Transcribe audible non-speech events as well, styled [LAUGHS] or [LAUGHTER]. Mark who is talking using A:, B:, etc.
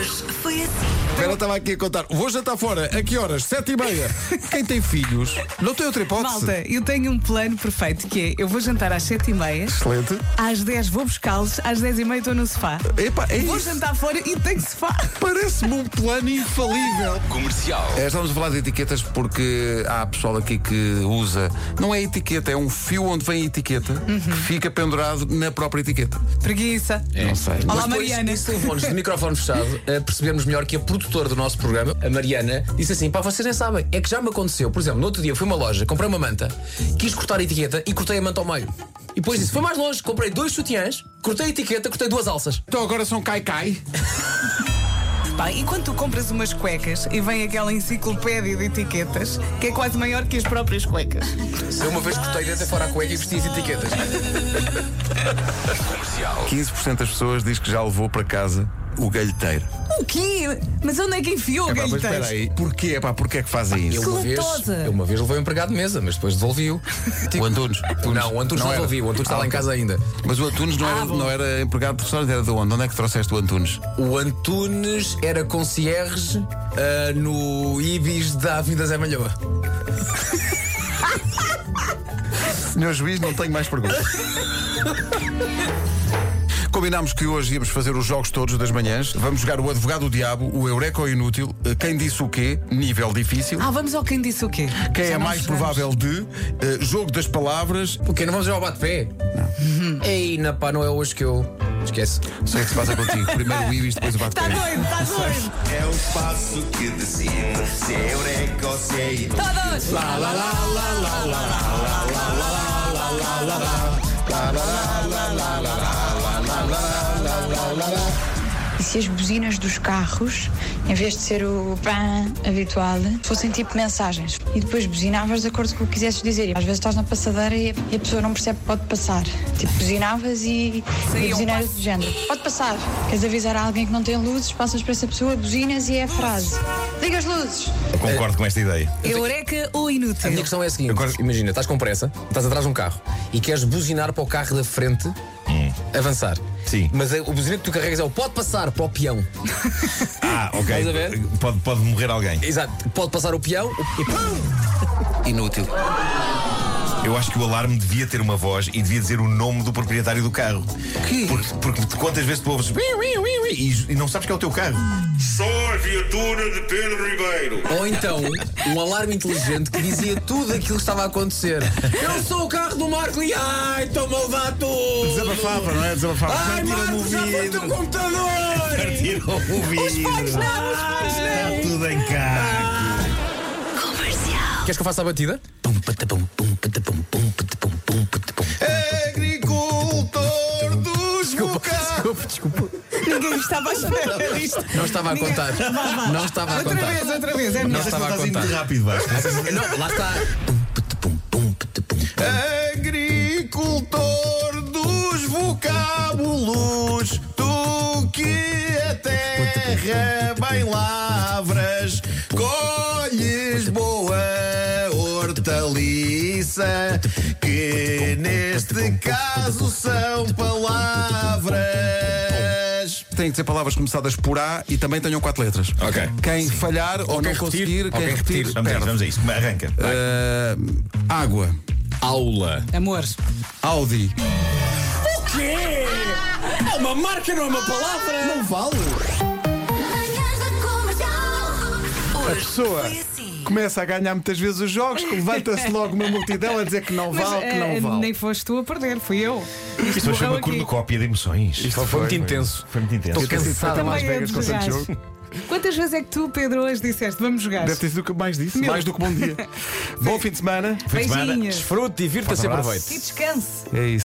A: assim.
B: Vera estava aqui a contar. Vou jantar fora, a que horas? Sete e meia. [LAUGHS] Quem tem filhos? Não tem outra hipótese.
C: Malta, eu tenho um plano perfeito que é: eu vou jantar às 7h30,
B: Excelente.
C: às 10 vou buscá-los, às 10h30 estou no sofá.
B: Epá, é
C: Vou
B: isso.
C: jantar fora e tenho sofá.
B: Parece-me um plano infalível.
D: Comercial.
B: É, estamos a falar de etiquetas porque há pessoal aqui que usa. Não é etiqueta, é um fio onde vem a etiqueta
C: Uhum.
B: que fica pendurado na própria etiqueta.
C: Preguiça.
B: Não sei.
C: Olá,
E: Mas depois
C: Mariana.
E: Isso levou-nos de microfone fechado a percebermos melhor que a produtora do nosso programa, a Mariana, disse assim: pá, vocês nem sabem, é que já me aconteceu. Por exemplo, no outro dia fui a uma loja, comprei uma manta, quis cortar a etiqueta e cortei a manta ao meio. E depois disse: foi mais longe, comprei dois sutiãs, cortei a etiqueta, cortei duas alças.
B: Então agora são cai-cai.
C: Pá, e quando tu compras umas cuecas e vem aquela enciclopédia de etiquetas que é quase maior que as próprias cuecas?
E: Eu uma vez cortei dentro fora a cueca e vesti as etiquetas.
B: 15% das pessoas diz que já levou para casa o galheteiro.
C: O quê? Mas onde é que enfiou o
B: Epá, mas espera
C: galheteiro?
B: aí. Porquê? Epá, porquê é que fazem isso?
E: Eu uma, vez,
C: Glutosa.
E: eu uma vez levei um empregado de mesa, mas depois
B: [LAUGHS]
E: devolvi-o. Tipo,
B: O Antunes.
E: Não, o Antunes não,
B: era. Ah,
E: devolvi, o Antunes está lá em casa ainda.
C: Ah,
B: Mas o Antunes não, era, não era empregado de restaurante, era de onde? Onde é que trouxeste o Antunes?
E: O Antunes era concierge ah, no Ibis da Avenida Zé Malhoa.
B: Senhor juiz, não tenho mais perguntas. Combinámos que hoje íamos fazer os jogos todos das manhãs. Vamos jogar o Advogado do Diabo, o Eureka ou Inútil, eh, Quem Disse o Quê, Nível Difícil,
C: Ah, vamos ao quem disse o quê?
B: Quem
C: Já
B: é
C: não
B: mais
C: chegamos.
B: provável de, eh, Jogo das Palavras.
E: O quê? Não vamos jogar ao bate-pé? Não. Ei, na pá, não é hoje que eu. Esquece.
B: Não sei o que se passa contigo. Primeiro o Ibis, depois o bate
C: Está doido, está doido.
F: É o espaço que decide se é eureka ou se é inútil.
C: Todos.
G: E se as buzinas dos carros, em vez de ser o pan habitual, fossem tipo mensagens. E depois buzinavas de acordo com o que quisesses dizer. E Às vezes estás na passadeira e e a pessoa não percebe que pode passar. Tipo, buzinavas e,
C: Seria
G: e
C: um
G: buzinavas
C: passo.
G: do género. Pode passar. Queres avisar a alguém que não tem luzes, passas para essa pessoa, buzinas e é a frase. Liga as luzes!
F: Concordo com esta ideia.
B: é
C: Eureka ou
E: A minha
C: inútil?
E: questão é a seguinte: imagina, estás com pressa, estás atrás de um carro e queres buzinar para o carro da frente Hum. avançar.
F: Sim.
E: Mas é- o buzinato que tu carregas é o pode passar para o peão.
F: Ah,
E: Estás a ver?
F: ok. Pode, pode morrer alguém.
E: Exato, pode passar o peão e pum!
B: Inútil.
F: Eu acho que o alarme devia ter uma voz e devia dizer o nome do proprietário do carro.
B: quê?
F: Porque, porque quantas vezes tu ouves "Ui, ui, ui, ui", e, e não sabes que é o teu carro.
H: Sou a viatura de Pedro Ribeiro.
E: Ou então um alarme inteligente que dizia tudo aquilo que estava a acontecer. Eu sou o carro do Marco e ai, estou-me a levar tudo!
B: Desabafava, não é? Desabafava.
E: Ai, Marco, já foi o teu computador!
F: Tirou o vidro.
C: Não, os
E: Ah.
C: pais não.
F: Está tudo em carro.
E: Queres que eu faça a batida?
B: Agricultor dos bocados.
E: Desculpa, desculpa.
C: Ninguém estava à espera disto.
E: Não estava a contar. Não estava a
C: Outra
E: contar.
C: vez, outra vez. É
E: Não
C: melhor.
E: estava a
F: Estás indo
E: contar.
F: muito rápido, Vasco.
E: Não, lá está.
B: Agricultor dos vocábulos, tu que a terra bem lavras, colhes boa hortaliça, que neste caso são palavras. Tem que ser palavras começadas por A e também tenham quatro letras.
F: Ok.
B: Quem falhar ou, não conseguir, quem repetir, Eh,
F: Vamos a isso, vamos a isso. Arranca.
B: água,
E: Aula.
C: Amor.
B: Audi.
E: É uma marca, não é uma palavra. Não vale.
A: Manhãs da Comercial.
B: A pessoa
C: assim.
B: começa a ganhar muitas vezes os jogos, que levanta-se logo uma multidão a dizer que não
C: Mas,
B: vale, que
C: eh,
B: não vale.
C: Nem foste tu a perder, fui eu. Isto
F: Isto foi
C: morreu
F: uma
C: aqui.
F: cornucópia de emoções.
E: Foi, muito intenso.
F: Foi muito intenso.
E: Estou cansado.
C: Também é de jogar. Quantas vezes é que tu, Pedro, hoje disseste vamos jogar?
B: Deve ter sido o que mais disse,
C: Meu.
B: mais do que bom dia. bom fim de semana.
F: Fim de semana.
C: Beijinhos.
E: Desfrute, divirta-se e aproveite.
C: E descanse.
B: É isso.